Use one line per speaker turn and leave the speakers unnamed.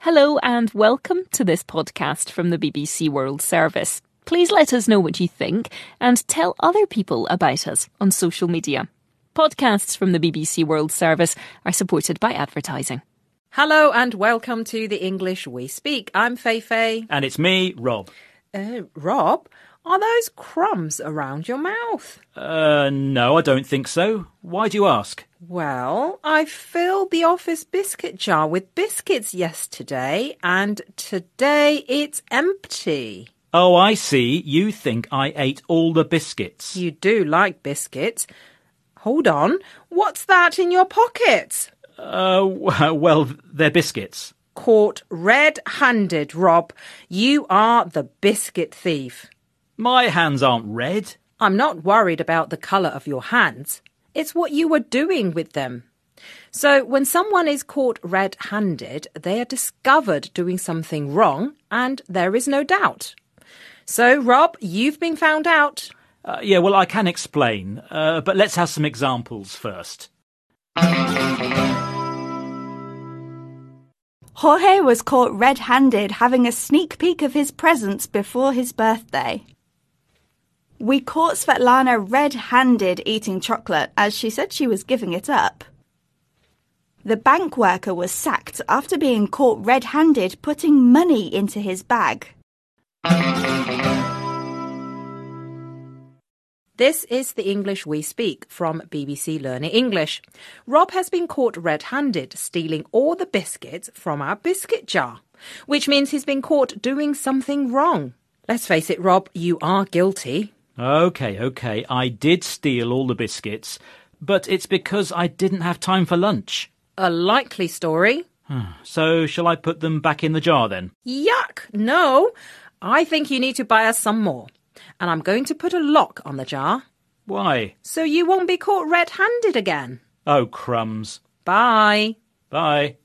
Hello and welcome to this podcast from the BBC World Service. Please let us know what you think and tell other people about us on social media. Podcasts from the BBC World Service are supported by advertising.
Hello and welcome to the English We Speak. I'm Fei Fei.
And it's me, Rob.
Uh, Rob, are those crumbs around your mouth?
Uh, no, I don't think so. Why do you ask?
Well, I filled the office biscuit jar with biscuits yesterday, and today it's empty.
Oh, I see. You think I ate all the biscuits.
You do like biscuits. Hold on. What's that in your pocket?
Uh, w- well, they're biscuits.
Caught red handed, Rob. You are the biscuit thief.
My hands aren't red.
I'm not worried about the colour of your hands. It's what you were doing with them. So, when someone is caught red handed, they are discovered doing something wrong, and there is no doubt. So, Rob, you've been found out.
Uh, yeah, well, I can explain, uh, but let's have some examples first.
Jorge was caught red handed having a sneak peek of his presents before his birthday. We caught Svetlana red handed eating chocolate as she said she was giving it up. The bank worker was sacked after being caught red handed putting money into his bag.
This is the English we speak from BBC Learning English. Rob has been caught red handed stealing all the biscuits from our biscuit jar, which means he's been caught doing something wrong. Let's face it, Rob, you are guilty.
Okay, okay, I did steal all the biscuits, but it's because I didn't have time for lunch.
A likely story.
So, shall I put them back in the jar then?
Yuck! No! I think you need to buy us some more. And I'm going to put a lock on the jar
Why?
so you won't be caught red handed again.
Oh, crumbs.
Bye!
Bye.